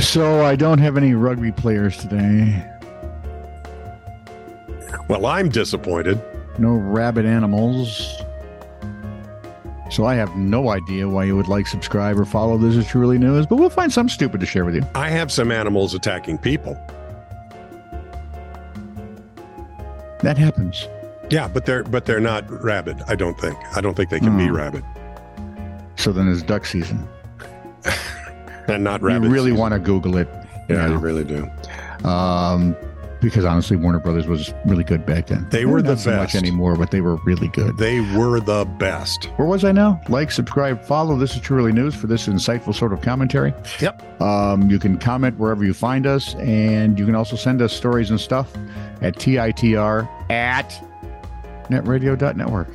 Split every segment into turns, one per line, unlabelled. So I don't have any rugby players today.
Well, I'm disappointed.
No rabbit animals. So I have no idea why you would like, subscribe, or follow This Is Truly News, but we'll find some stupid to share with you.
I have some animals attacking people.
That happens.
Yeah, but they're but they're not rabid. I don't think. I don't think they can be
Oh.
rabid
So then it's duck season.
and not
We
rabid.
really want to Google it.
Yeah, you
now.
really do.
Um, because honestly, Warner Brothers was really good back then.
They were the
not so much
best.
anymore, but they were really good.
They were the best.
Where was I now? Like, subscribe, follow. This is Truly News for this insightful sort of commentary. Yep. Um, you can comment wherever you find us, and you can also send us stories and stuff at TITR at netradio.network.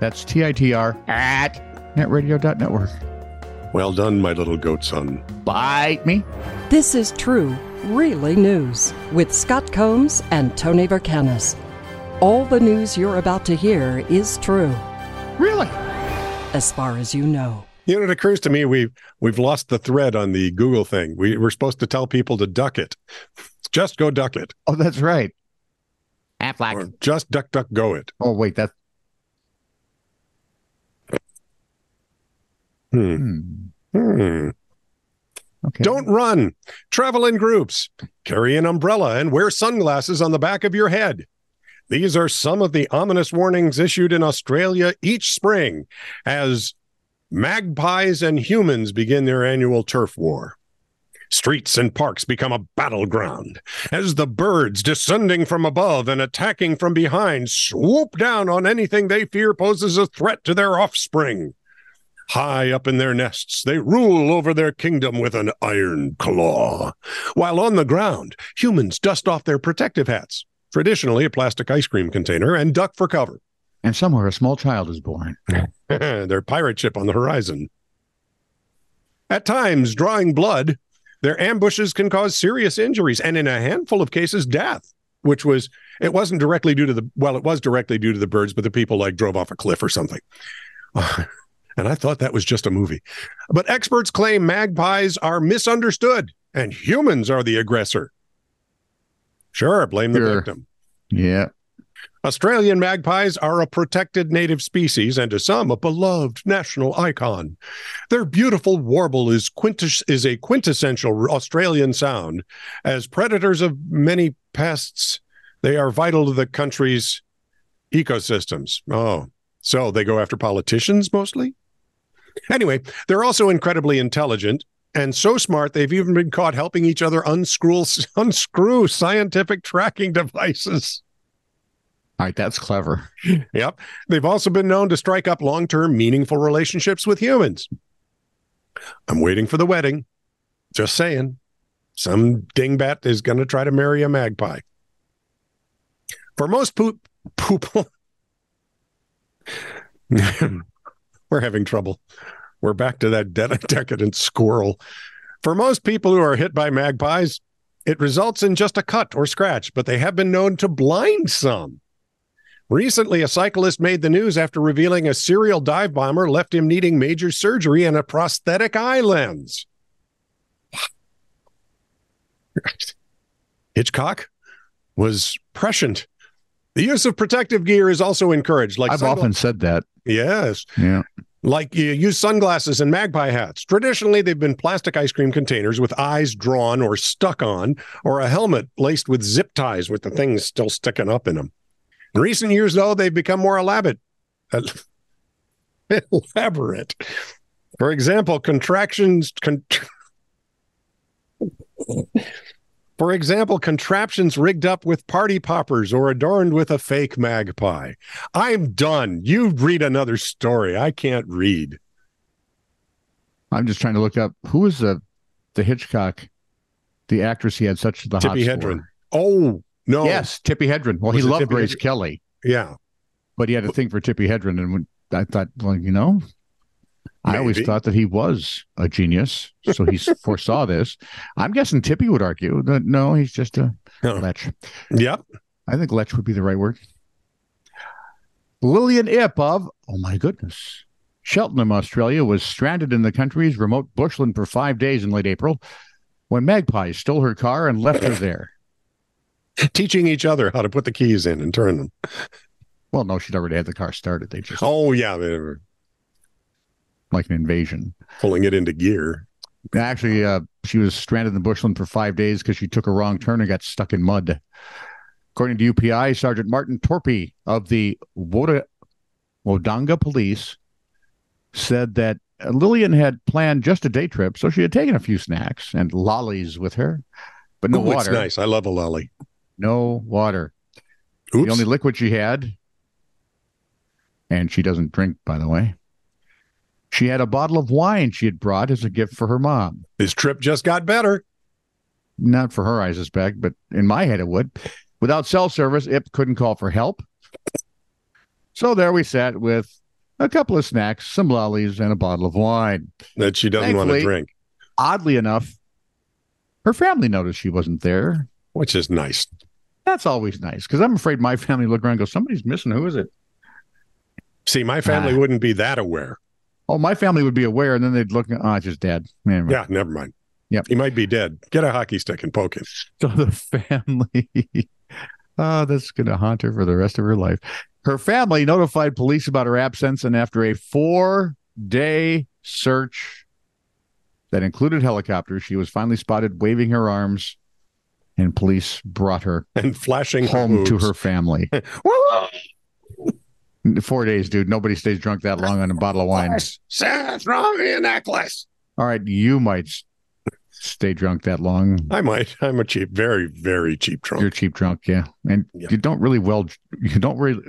That's TITR at netradio.network.
Well done, my little goat son.
Bite me.
This is true, really news with Scott Combs and Tony Vercanis. All the news you're about to hear is true,
Really?
as far as you know.
You know, it occurs to me we've we've lost the thread on the Google thing. We were supposed to tell people to duck it. Just go duck it.
Oh, that's right.
Or just duck duck go it.
Oh, wait, that.
Hmm.
Hmm.
Hmm.
Okay.
Don't run. Travel in groups. Carry an umbrella and wear sunglasses on the back of your head. These are some of the ominous warnings issued in Australia each spring as magpies and humans begin their annual turf war. Streets and parks become a battleground as the birds descending from above and attacking from behind swoop down on anything they fear poses a threat to their offspring. High up in their nests, they rule over their kingdom with an iron claw. While on the ground, humans dust off their protective hats, traditionally a plastic ice cream container, and duck for cover.
And somewhere a small child is born.
their pirate ship on the horizon. At times, drawing blood, their ambushes can cause serious injuries and, in a handful of cases, death. Which was it wasn't directly due to the well, it was directly due to the birds, but the people like drove off a cliff or something. and I thought that was just a movie. But experts claim magpies are misunderstood and humans are the aggressor. Sure, blame the
Sure.
victim.
Yeah.
Australian magpies are a protected native species and to some a beloved national icon. Their beautiful warble is quintis- is a quintessential Australian sound. As predators of many pests, they are vital to the country's ecosystems. Oh, so they go after politicians mostly? Anyway, they're also incredibly intelligent and so smart they've even been caught helping each other unscrew unscrew scientific tracking devices.
All right, that's clever.
Yep. They've also been known to strike up long term, meaningful relationships with humans. I'm waiting for the wedding. Just saying. Some dingbat is going to try to marry a magpie. For most poop, poop. We're having trouble. We're back to that de- decadent squirrel. For most people who are hit by magpies, it results in just a cut or scratch, but they have been known to blind some. Recently, a cyclist made the news after revealing a serial dive bomber left him needing major surgery and a prosthetic eye lens. Hitchcock was prescient. The use of protective gear is also encouraged. Like
I've
sungla-
often said that.
yes,
Yeah.
like you use sunglasses and magpie hats. Traditionally, they've been plastic ice cream containers with eyes drawn or stuck on, or a helmet laced with zip ties with the things still sticking up in them. In recent years, though, they've become more elaborate. elaborate. For example, contractions. Con- For example, contraptions rigged up with party poppers or adorned with a fake magpie. I'm done. You read another story. I can't read.
I'm just trying to look up who was the the Hitchcock, the actress he had such the
Tippi
hots for?
Hedren. Oh no.
Yes, Tippi Hedren. Well, he
Was it
loved
Tippi
Grace
Hedren?
Kelly,
Yeah.
but he had a thing for Tippi Hedren, and when, I thought, well, you know, I always
Maybe.
thought that he was a genius, so he foresaw this. I'm guessing Tippi would argue that no, he's just a
No.
lech.
Yep.
I think lech would be the right word. Lillian Ip of oh my goodness. Cheltenham, Australia, was stranded in the country's remote bushland for five days in late April when magpies stole her car and left her there.
Teaching each other how to put the keys in and turn them.
Well, no, she'd already had the car started. They just
Oh, yeah. They were
like an invasion.
pulling it into gear.
Actually, uh, she was stranded in the bushland for five days because she took a wrong turn and got stuck in mud. According to UPI, Sergeant Martin Torpy of the Woda- Wodonga Police said that Lillian had planned just a day trip, so she had taken a few snacks and lollies with her, but no
Ooh, It's
water.
nice. I love a lolly.
No water.
Oops.
The only liquid she had, and she doesn't drink, by the way. She had a bottle of wine she had brought as a gift for her mom.
This trip just got better.
not for her, I suspect, but in my head it would. Without cell service, Ip couldn't call for help. So there we sat with a couple of snacks, some lollies, and a bottle of wine.
That she doesn't want to
Thankfully-
drink,
Oddly enough, her family noticed she wasn't there.
which is nice.
That's always nice because I'm afraid my family look around and go, somebody's missing. Who is it?
See, my family
Ah.
wouldn't be that aware.
Oh, my family would be aware, and then they'd look, oh, it's just dad. Never mind.
Yeah, never mind.
Yep.
He might be dead. Get a hockey stick and poke him.
So the family, oh, that's going to haunt her for the rest of her life. Her family notified police about her absence, and after a four day search that included helicopters, she was finally spotted waving her arms, and police brought her
And flashing
home to
boobs.
her family.
Whoa,
Four days, dude. Nobody stays drunk that long on a bottle of wine.
Sarah, Sarah's wrong with your necklace.
All right, you might s- stay drunk that long.
I might. I'm a cheap, very, very cheap
You're
drunk.
cheap drunk, yeah, and
Oh. Yeah.
you don't really well. You don't really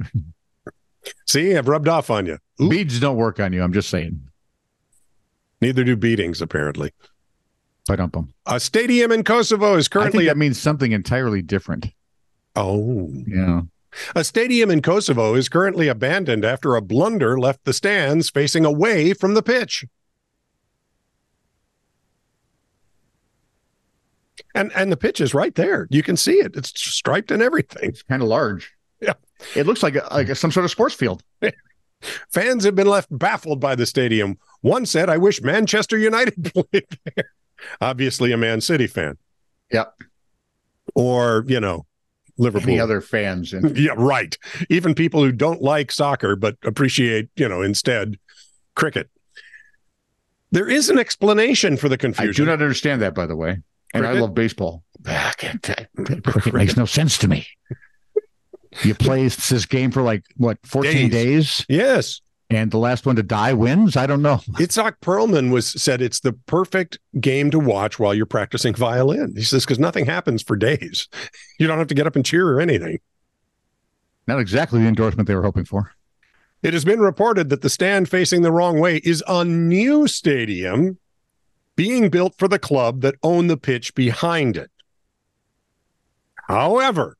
See, I've rubbed off on you. Oop.
beads don't work on you. I'm just saying.
Neither do beatings, apparently.
I dump them.
A stadium in Kosovo is
I
currently.
think that means something entirely different.
oh.
Yeah.
A stadium in Kosovo is currently abandoned after a blunder left the stands facing away from the pitch. And and the pitch is right there. You can see it. It's striped and everything.
It's kind of large.
Yeah.
It looks like a, like a- some sort of sports field.
Fans have been left baffled by the stadium. One said, "I wish Manchester United played there." Obviously, a Man City fan.
Yep.
Or you know, Liverpool.
Any other fans and
yeah, right. Even people who don't like soccer but appreciate, you know, instead cricket. There is an explanation for the
I do
confusion.
not understand that by the way. And I
Cricket?
love baseball. Cricket
Cricket.
makes no sense to me. You play this game for like what 14
Days.
days
yes,
and the last one to die wins? I don't know.
Itzhak Perlman was said it's the perfect game to watch while you're practicing violin. He says because nothing happens for days. You don't have to get up and cheer or anything.
Not exactly the endorsement they were hoping for.
It has been reported that the stand facing the wrong way is a new stadium being built for the club that own the pitch behind it. However,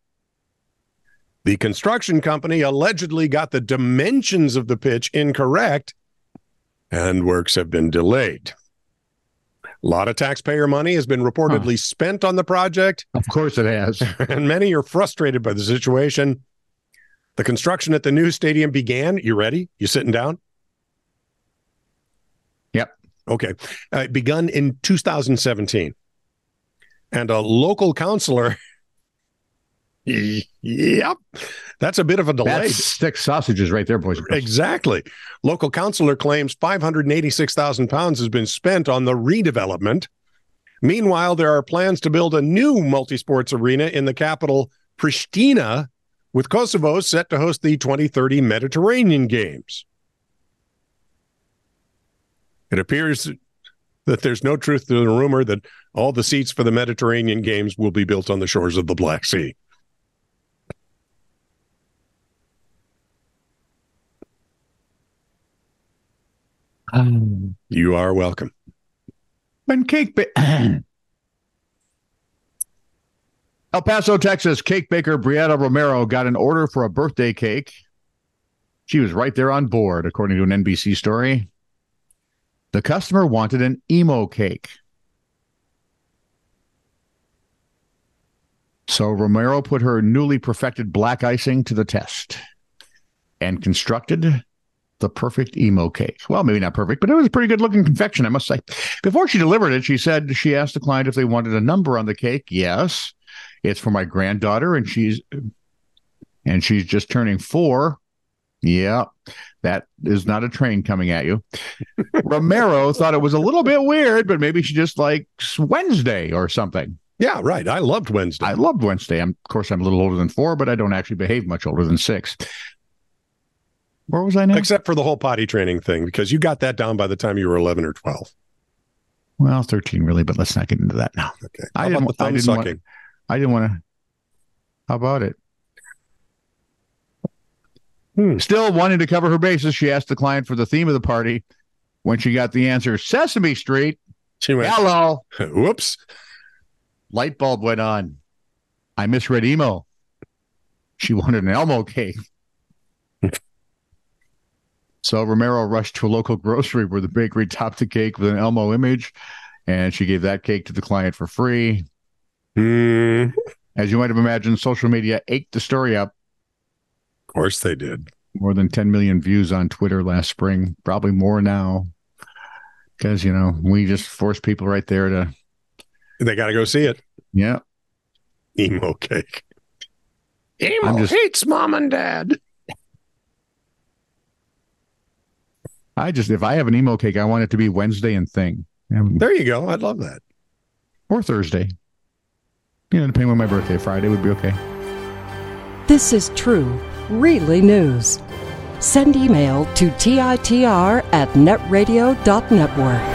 the construction company allegedly got the dimensions of the pitch incorrect and works have been delayed. A lot of taxpayer money has been reportedly spent on the project
Of course it has.
and many are frustrated by the situation. The construction at the new stadium began. You ready? You sitting down?
Yep.
Okay. Uh, it begun in 2017. And a local counselor. yep. That's a bit of a delay.
That's six sausages right there, boys. and girls.
Exactly. Local councilor claims 586,000 pounds has been spent on the redevelopment. Meanwhile, there are plans to build a new multi-sports arena in the capital Pristina, with Kosovo set to host the 2030 Mediterranean Games. It appears that there's no truth to the rumor that all the seats for the Mediterranean Games will be built on the shores of the Black Sea. You are welcome.
When cake ba- El Paso, Texas, cake baker Brietta Romero got an order for a birthday cake. She was right there on board, according to an NBC story. The customer wanted an emo cake. So Romero put her newly perfected black icing to the test and constructed the perfect emo cake. Well, maybe not perfect, but it was a pretty good looking confection, I must say. Before she delivered it, she said she asked the client if they wanted a number on the cake. Yes, it's for my granddaughter, and she's and she's just turning four. Yeah, that is not a train coming at you. Romero thought it was a little bit weird, but maybe she just likes Wednesday or something.
Yeah, right. I loved Wednesday.
I loved Wednesday. I'm, of course, I'm a little older than four, but I don't actually behave much older than six. Where was I now?
Except for the whole potty training thing, because you got that down by the time you were 11 or 12.
Well, 13 really, but let's not get into that now.
Okay.
I didn't,
the
I
thumb
didn't
sucking?
want- I didn't want to. How about it?
Hmm.
Still wanting to cover her bases, she asked the client for the theme of the party. When she got the answer, Sesame Street,
She went,
hello,
whoops.
light bulb went on. I misread emo. She wanted an Elmo cake. so Romero rushed to a local grocery where the bakery topped the cake with an Elmo image, and she gave that cake to the client for free.
Hmm. of
As you might have imagined, social media ate the story up.
course they did.
More than 10 million views on Twitter last spring, probably more now. Because, you know, we just force people right there to,
They got to go see it.
yeah.
Emo cake. Emo
I'm just-
hates mom and dad.
I just, if I have an emo cake, I want it to be Wednesday and thing. And
There you go. I'd love that.
or Thursday. You know, depending on my birthday, Friday would be okay.
This is true, really news. Send email to TITR at netradio.network.